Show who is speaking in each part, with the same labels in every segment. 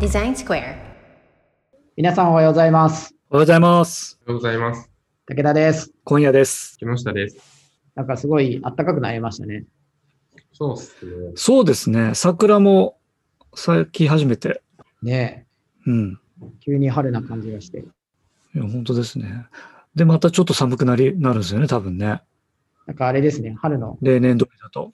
Speaker 1: デザインスクエア。
Speaker 2: 皆さんおはようございます。
Speaker 3: おはようございます。
Speaker 4: おはようございます。
Speaker 2: 武田です。
Speaker 3: 今夜です。
Speaker 4: 木下です。
Speaker 2: なんかすごい暖かくなりましたね。
Speaker 4: そうっすね。
Speaker 3: そうですね。桜も咲き始めて。
Speaker 2: ね
Speaker 3: うん。
Speaker 2: え急に春な感じがして。
Speaker 3: いや本当ですね。で、またちょっと寒くなり、なるんですよね、多分ね。
Speaker 2: なんかあれですね、春の、
Speaker 3: 例年通りだと。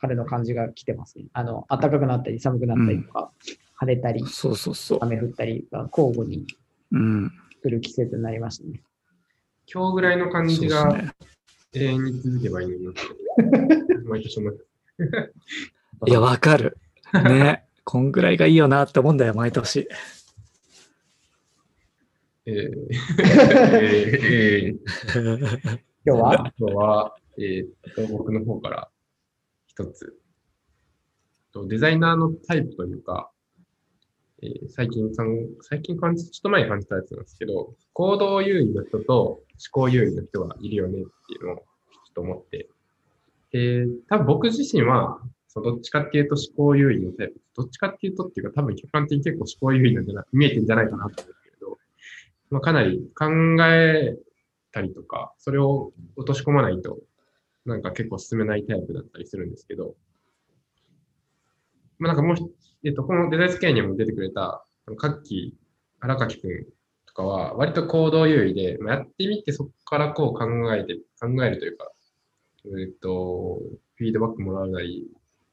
Speaker 2: 春の感じが来てますね。あの、暖かくなったり寒くなったりとか、晴れたり、
Speaker 3: そうそうそう。
Speaker 2: 雨降ったりが交互に
Speaker 3: うん。
Speaker 2: 来る季節になりましたね。
Speaker 4: 今日ぐらいの感
Speaker 3: そう
Speaker 4: じ
Speaker 3: です
Speaker 4: が
Speaker 3: ね。
Speaker 4: 永遠に続けばいいのになって。 毎年思って
Speaker 3: いや、わかる。ね。 こんぐらいがいいよなって思うんだよ、毎年。
Speaker 4: え ーえーえー
Speaker 2: 今日は
Speaker 4: 今日は、えーっと、僕の方から一つ。とデザイナーのタイプというか、えー最近さん、最近感じ、ちょっと前に感じたやつなんですけど、行動優位の人と思考優位の人がいるよねっていうのをちょっと思って。で、多分僕自身は、そのどっちかっていうと思考優位のタイプ、どっちかっていうとっていうか、多分客観的に結構思考優位なんじゃな見えてんじゃないかなと思うんですけど、まあ、かなり考えたりとか、それを落とし込まないと、なんか結構進めないタイプだったりするんですけど、まあなんかもうひ、えっと、このデザインスケアにも出てくれた、あの各期、荒垣くんとかは、割と行動優位で、まあ、やってみてそこからこう考えて、考えるというか、えっと、フィードバックもらうなり、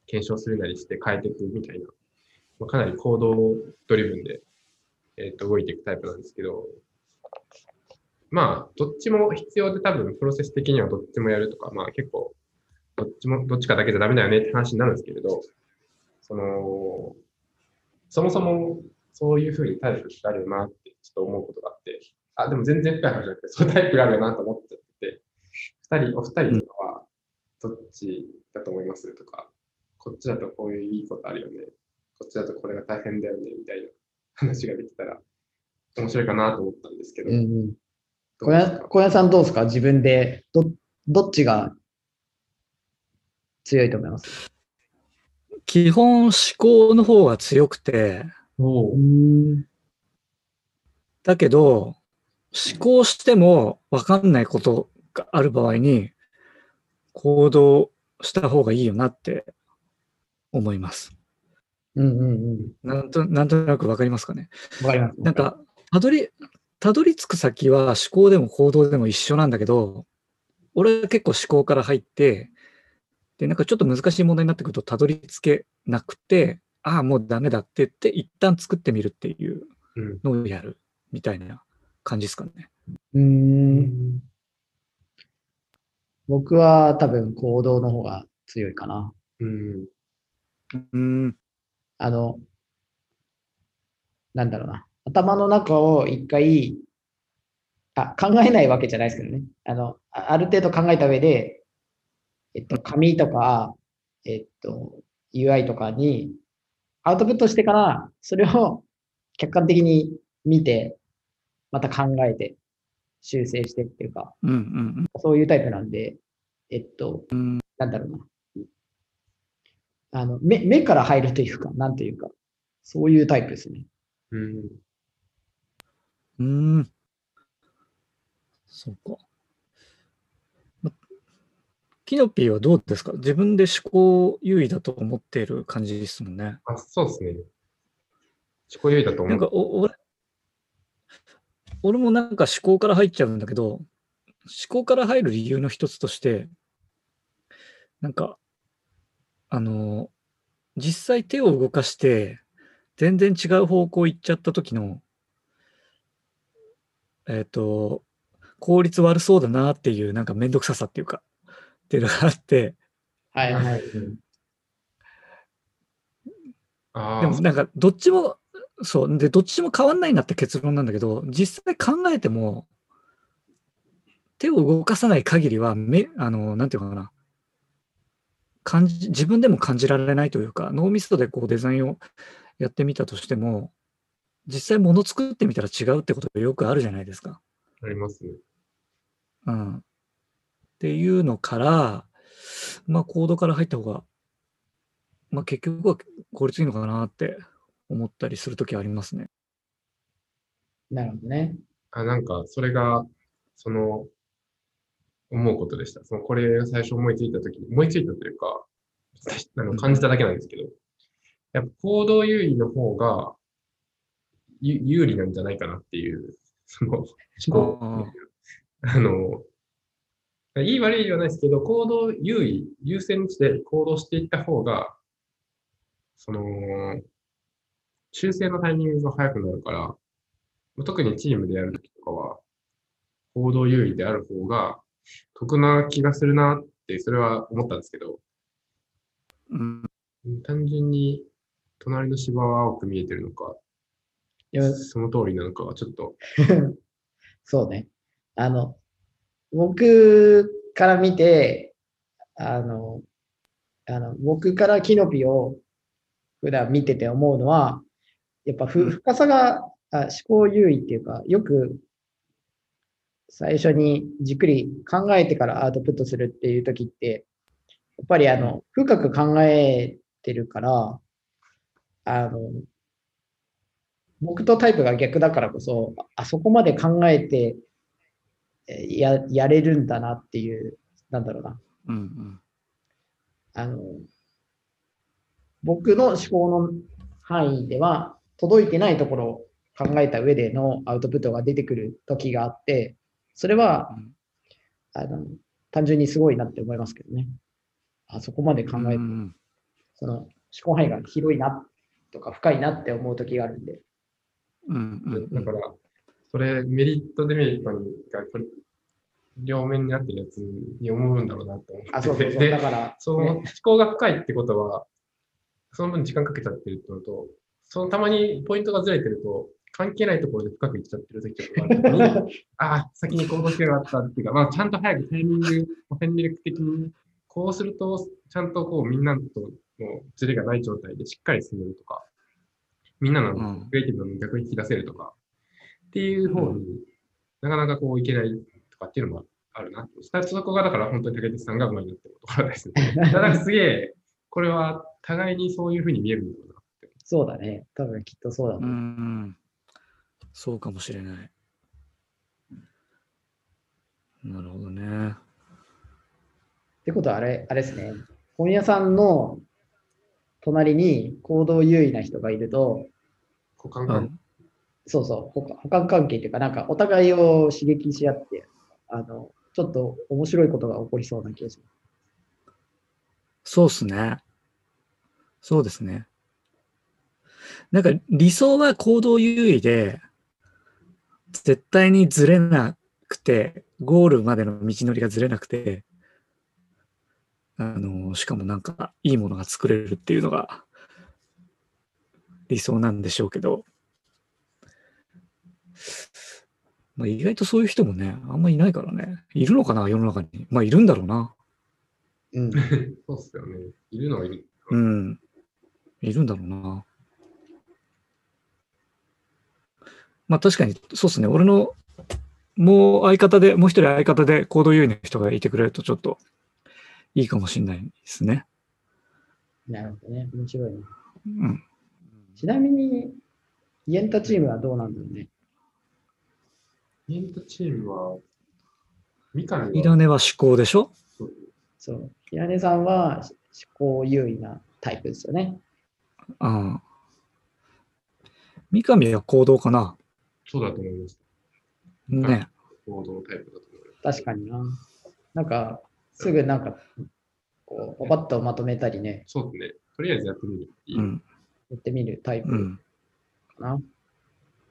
Speaker 4: 検証するなりして変えていくみたいな、まあ、かなり行動ドリブンで、えっと、動いていくタイプなんですけど、まあ、どっちも必要で多分、プロセス的にはどっちもやるとか、まあ結構、どっちも、どっちかだけじゃダメだよねって話になるんですけれど、その、そもそもそういうふうにタイプってあるよなってちょっと思うことがあって、あ、でも全然深い話じゃなくて、そういうタイプがあるよなと思っちゃって、二人、お二人とかは、どっちだと思いますとか、こっちだとこういういいことあるよね、こっちだとこれが大変だよね、みたいな話ができたら、面白いかなと思ったんですけど、
Speaker 2: うん
Speaker 4: ど
Speaker 2: うん。
Speaker 4: う
Speaker 2: 小
Speaker 4: ですか
Speaker 2: 屋小屋さんどうですか自分でど、どっちが強いと思います
Speaker 3: 基本思考の方が強くて、
Speaker 4: お
Speaker 2: う
Speaker 4: ー
Speaker 2: ん。
Speaker 3: だけど、思考しても分かんないことがある場合に、行動した方がいいよなって思います。
Speaker 2: うんうんうん。
Speaker 3: なんとなんとなく分かりますかね。
Speaker 2: わかります。
Speaker 3: なんか、たどり、たどり着く先は思考でも行動でも一緒なんだけど、俺は結構思考から入って、で、なんかちょっと難しい問題になってくると、たどり着けなくて、ああ、もうダメだって言って、一旦作ってみるっていう
Speaker 4: うん。
Speaker 3: のをやるみたいな感じですかね。
Speaker 2: うーん。僕は多分行動の方が強いかな。
Speaker 4: うん。
Speaker 3: うん。
Speaker 2: あの、なんだろうな。頭の中を一回、あ、考えないわけじゃないですけどね。あの、あある程度考えた上で、えっと、紙とか、えっと、UI とかにアウトプットしてから、それを客観的に見て、また考えて、修正してっていうか、
Speaker 3: うんうん
Speaker 2: そういうタイプなんで、えっと、
Speaker 3: うん。
Speaker 2: なんだろうな。あの、目、目から入るというか、なんというか、そういうタイプですね。
Speaker 4: うん。
Speaker 3: うん。うん。そうか。まキノピーはどうですか自分で思考優位だと思っている感じですもんね。
Speaker 4: あ、そうですね。自己優位だ
Speaker 3: な
Speaker 4: と思
Speaker 3: んか
Speaker 4: う。
Speaker 3: お、俺、俺もなんか思考から入っちゃうんだけど、思考から入る理由の一つとして、なんか、あの、実際手を動かして、全然違う方向行っちゃった時の、えっ、と、効率悪そうだなっていう、なんかめんどくささっていうか、っていうのがあって、
Speaker 2: はいはい。
Speaker 4: あ
Speaker 3: で
Speaker 4: あ
Speaker 3: も、なんかどっちも、そう、で、どっちも変わんないなって結論なんだけど、実際考えても、手を動かさない限りは、め、あの、なんていうのかな、感じ、自分でも感じられないというか、脳みそでこうデザインをやってみたとしても、実際物作ってみたら違うってことがよくあるじゃないですか。
Speaker 4: ありますね。
Speaker 3: うん。っていうのから、まあ、コードから入った方が、まあ、結局は効率いいのかなって思ったりするときありますね。
Speaker 2: なるほどね。
Speaker 4: あ、なんか、それが、その、思うことでした。その、これ最初思いついたときに、思いついたというか、あの感じただけなんですけど、やっぱ行動優位の方が、ゆ有利なんじゃないかなっていう、その、思考。あの、いい悪いではないですけど、行動優位、優先値で行動していった方が、その、修正のタイミングが早くなるから、特にチームでやるときとかは、行動優位である方が得な気がするなって、それは思ったんですけど、
Speaker 3: うん、
Speaker 4: 単純に隣の芝は青く見えてるのか、
Speaker 2: でも
Speaker 4: その通りなのかはちょっと、
Speaker 2: そうね。あの、僕から見て、あの、あの僕からキノピを普段見てて思うのは、やっぱふ深さがあ思考優位っていうか、よく最初にじっくり考えてからアウトプットするっていう時って、やっぱりあの、深く考えてるから、あの、僕とタイプが逆だからこそ、ああそこまで考えてえややれるんだなっていう、なんだろうな。
Speaker 3: うん、うん。
Speaker 2: あの、僕の思考の範囲では届いてないところを考えた上でのアウトプットが出てくる時があって、それは
Speaker 3: うん
Speaker 2: あの単純にすごいなって思いますけどね。あそこまで考えて、
Speaker 3: うん
Speaker 2: その思考範囲が広いなとか深いなって思う時があるんで。
Speaker 3: うんうん
Speaker 4: だから、それメリット、デメリットにがこれ両面になってるやつに思うんだろうなと思ってて。
Speaker 2: あ、そうそうそう。
Speaker 4: で
Speaker 2: だから、
Speaker 4: その
Speaker 2: ね
Speaker 4: 思考が深いってことは、その分時間かけちゃってるってのと、そのたまにポイントがずれてると、関係ないところで深くいっちゃってる時とかがあるの にああ、先に行動すればよかったっていうか、まあ、ちゃんと早くタイミングを戦略的に、こうすると、ちゃんとこうみんなとのズレがない状態でしっかり進めるとか、みんなの
Speaker 3: うん
Speaker 4: クリエイティブの逆に引き出せるとか、っていう方になかなかこういけないとかっていうのもあるな。スタそこがだから本当に竹内さんがうまいなってことからですね。ただからすげえ、これは互いにそういうふうに見えるんだろ
Speaker 2: そうだね。多分きっとそうだ
Speaker 3: う
Speaker 2: ね。
Speaker 3: んそうかもしれない。なるほどね。
Speaker 2: ってことはあれ、あれですね。本屋さんの隣に行動優位な人がいると、
Speaker 4: うな。股間
Speaker 3: う
Speaker 4: が
Speaker 3: ん
Speaker 2: そうそう、ほか補完関係っていうか、なんかお互いを刺激し合って、あの、ちょっと面白いことが起こりそうな気がしま
Speaker 3: そうっすね。そうですね。なんか理想は行動優位で、絶対にずれなくて、ゴールまでの道のりがずれなくて、あの、しかもなんかいいものが作れるっていうのが理想なんでしょうけど、まあ、意外とそういう人もね、あんまいないからね。いるのかな、世の中に。まあ、いるんだろうな。
Speaker 2: す。うん。
Speaker 4: そうっすよね。いるのはいる。
Speaker 3: うん。いるんだろうな。まあ確かに、そうですね。俺の、もう相方で、もう一人相方で行動優位の人がいてくれるとちょっといいかもしれないですね。
Speaker 2: なるほどね。面白いね。
Speaker 3: うん。
Speaker 2: ちなみに、イエンタチームはどうなんだろうね。
Speaker 4: イントチームは、三上
Speaker 3: い
Speaker 4: は
Speaker 3: らねは思考でしょ
Speaker 2: そう。平根さんはし思考優位なタイプですよね。
Speaker 3: うん。三上は行動かな
Speaker 4: そうだと思います。
Speaker 3: ね。
Speaker 4: 行動タイプだと思います。
Speaker 2: 確かにな。なんか、すぐなんか、こう、パパッとまとめたりね、
Speaker 4: そうですね。とりあえずやってみるっていうう。
Speaker 3: ん。
Speaker 2: やってみるタイプ。
Speaker 3: うん。
Speaker 2: かな。っ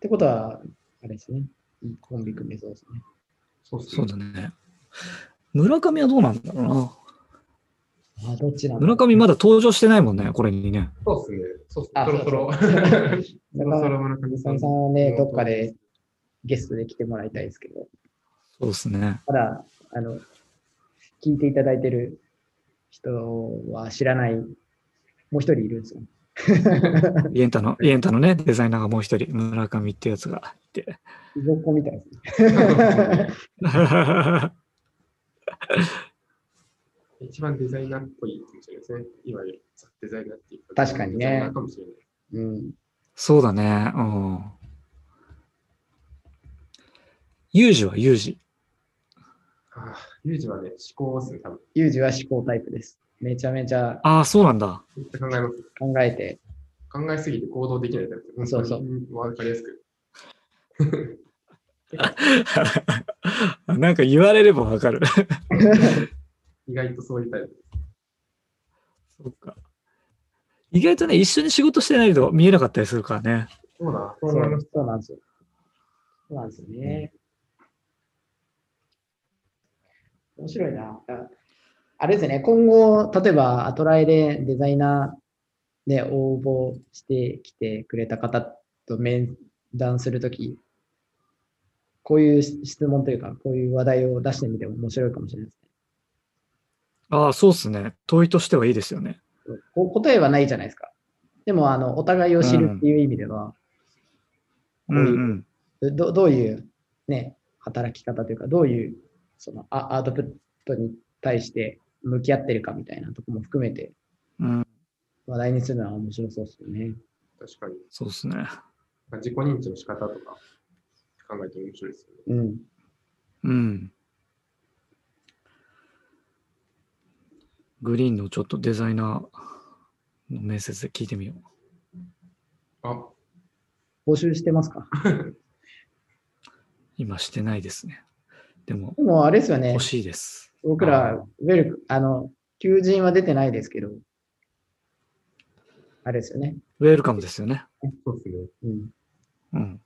Speaker 2: てことは、あれですね。いいコンビ組めそうですね。
Speaker 4: そうっす
Speaker 3: そう
Speaker 4: ね。
Speaker 3: だね。村上はどうなんだろうな。
Speaker 2: あーどっちなんだ
Speaker 3: 村上まだ登場してないもんね、これにね。
Speaker 4: そうっすね。そうっすね。
Speaker 2: あ
Speaker 4: そろそろ。
Speaker 2: そうそう
Speaker 4: そろ
Speaker 2: だ
Speaker 4: そ
Speaker 2: から、
Speaker 4: ろ村上
Speaker 2: 水
Speaker 4: さ
Speaker 2: 上
Speaker 4: ん
Speaker 2: さ。んはね、どっかでゲストで来てもらいたいですけど、
Speaker 3: そうですね。
Speaker 2: ただ、あの、聞いていただいてる人は知らない、もう一人いるんですよ。
Speaker 3: イエンタの、イエンタのね、デザイナーがもう一人、村上ってやつが いて。
Speaker 2: いぞっこみたいですね。
Speaker 4: 一番デザイナーっぽいかもしれないですね。いわゆるザデザイナーっていう
Speaker 2: 確かにね
Speaker 4: デザイナーかもしれない。
Speaker 2: うん。
Speaker 3: そうだね。うん。有事は有事。
Speaker 4: ああ、ユージはね、思考ですね、多分。
Speaker 2: ユージは思考タイプです。めちゃめちゃ
Speaker 3: ああ、そうなんだ。
Speaker 4: めっちゃ考えます。
Speaker 2: 考えて、
Speaker 4: 考えすぎて行動できないタイプ。
Speaker 2: そうそう
Speaker 4: う。わかりやすく。
Speaker 3: なんか言われればわかる。
Speaker 4: 意外とそういうタイプ。
Speaker 3: そうか。意外とね、一緒に仕事してないと見えなかったりするからね。
Speaker 4: そうだ、
Speaker 2: そ
Speaker 4: そうう思
Speaker 2: な
Speaker 4: いま
Speaker 2: ん
Speaker 4: す。
Speaker 2: そうなんですよ。そうなんですよね。面白いな。ああれですね、今後、例えばアトライでデザイナーで応募してきてくれた方と面談するとき、こういう質問というか、こういう話題を出してみても面白いかもしれないです
Speaker 3: ああ、そうっすね。問いとしてはいいですよね。
Speaker 2: ね。こ答えはないじゃないですか。でも、あの、お互いを知るっていう意味では、
Speaker 3: うんうん。
Speaker 2: どどういう、ね、働き方というか、どういうそのアアウトプットに対して向き合ってるかみたいなとこも含めて
Speaker 3: うん、
Speaker 2: 話題にするのは面白そうですよね。
Speaker 4: 確かに。
Speaker 3: そうっすね。
Speaker 4: まあ自己認知の仕方とか考えても面白いですよ
Speaker 2: う
Speaker 4: ね。
Speaker 2: ん。
Speaker 3: うん。グリーンのちょっとデザイナーの面接で聞いてみよう。
Speaker 4: あ、
Speaker 2: 募集してますか
Speaker 3: 今してないですね。でも
Speaker 2: でもあれですよね
Speaker 3: 欲、しいです。
Speaker 2: 僕ら、ウェルク、あの、求人は出てないですけど、あれですよね。
Speaker 3: ウェルカムですよね。
Speaker 4: そうですね。
Speaker 2: うん。
Speaker 3: うん。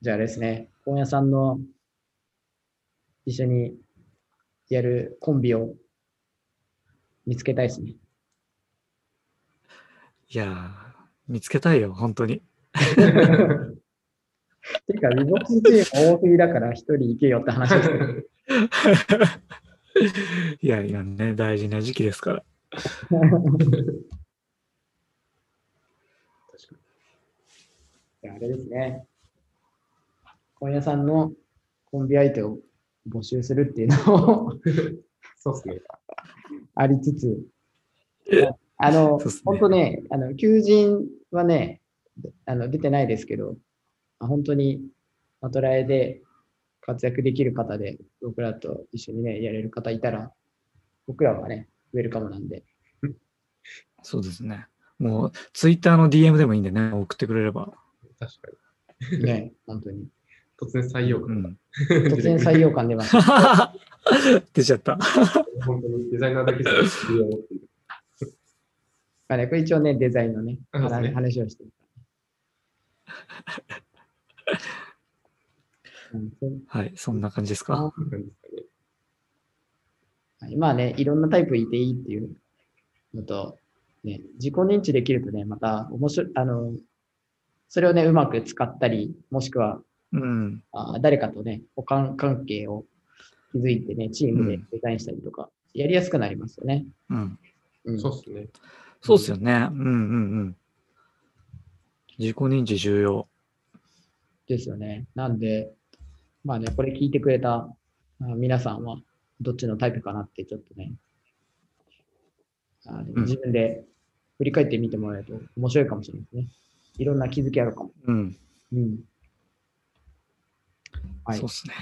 Speaker 2: じゃああれですね、本屋さんの一緒にやるコンビを見つけたいですね。
Speaker 3: いやー、見つけたいよ、本当に。
Speaker 2: ていうか、リボックスチーム多すぎだから一人行けよって話です。
Speaker 3: いや、今ね、大事な時期ですから。
Speaker 4: 確か
Speaker 2: じゃああれですね。本屋さんのコンビ相手を募集するっていうのも
Speaker 4: に。 そうですね。
Speaker 2: ありつつ、あの、
Speaker 3: そうっすね
Speaker 2: 本当ね、あの、求人はね、あの出てないですけど、あ本当にアトラエで活躍できる方で、僕らと一緒にね、やれる方いたら、僕らはね、ウェルカムなんで、
Speaker 3: そうですね。もう、ツイッターの DM でもいいんでね、送ってくれれば。
Speaker 4: 確かに。
Speaker 2: ね、本当 に。
Speaker 4: 突然採用
Speaker 3: う
Speaker 4: 感。
Speaker 3: ん。
Speaker 2: 突然採用感出ます。
Speaker 3: 出ちゃった。
Speaker 4: 本当にデザイナーだけじゃなくて、理由を持っている
Speaker 2: まあね、これ一応ね、デザインのね、
Speaker 4: そうですね
Speaker 2: 話話をしてる から。うんそう
Speaker 3: はい、そんな感じですか。
Speaker 4: 感じですかね。
Speaker 2: はいまあね、いろんなタイプいていいっていうのと、ね、自己認知できるとね、また面白い、あの、それをね、うまく使ったり、もしくは、
Speaker 3: うん。
Speaker 2: あ誰かとね、補完関係を築いてね、チームで
Speaker 3: うん
Speaker 2: デザインしたりとか、やりやすくなりますよね。
Speaker 3: うん。
Speaker 2: うん
Speaker 4: そうですね。
Speaker 3: そうっすよね。うんうんうん。自己認知重要。
Speaker 2: ですよね。なんで、まあね、これ聞いてくれたあ皆さんは、どっちのタイプかなって、ちょっとね、あの
Speaker 3: うん
Speaker 2: 自分で振り返ってみてもらえると面白いかもしれないですね。いろんな気づきあるかも。
Speaker 3: うん。
Speaker 2: うん。はい。
Speaker 3: そうっすね。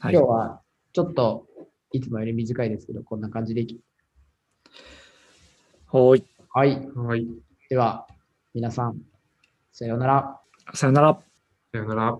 Speaker 3: はい
Speaker 2: 今日。は、ちょっと、いつもより短いですけど、こんな感じでいき。
Speaker 3: ほーい。
Speaker 2: はい。
Speaker 4: はい。
Speaker 2: では、皆さん、さようなら。
Speaker 3: さよなら。
Speaker 4: さよなら。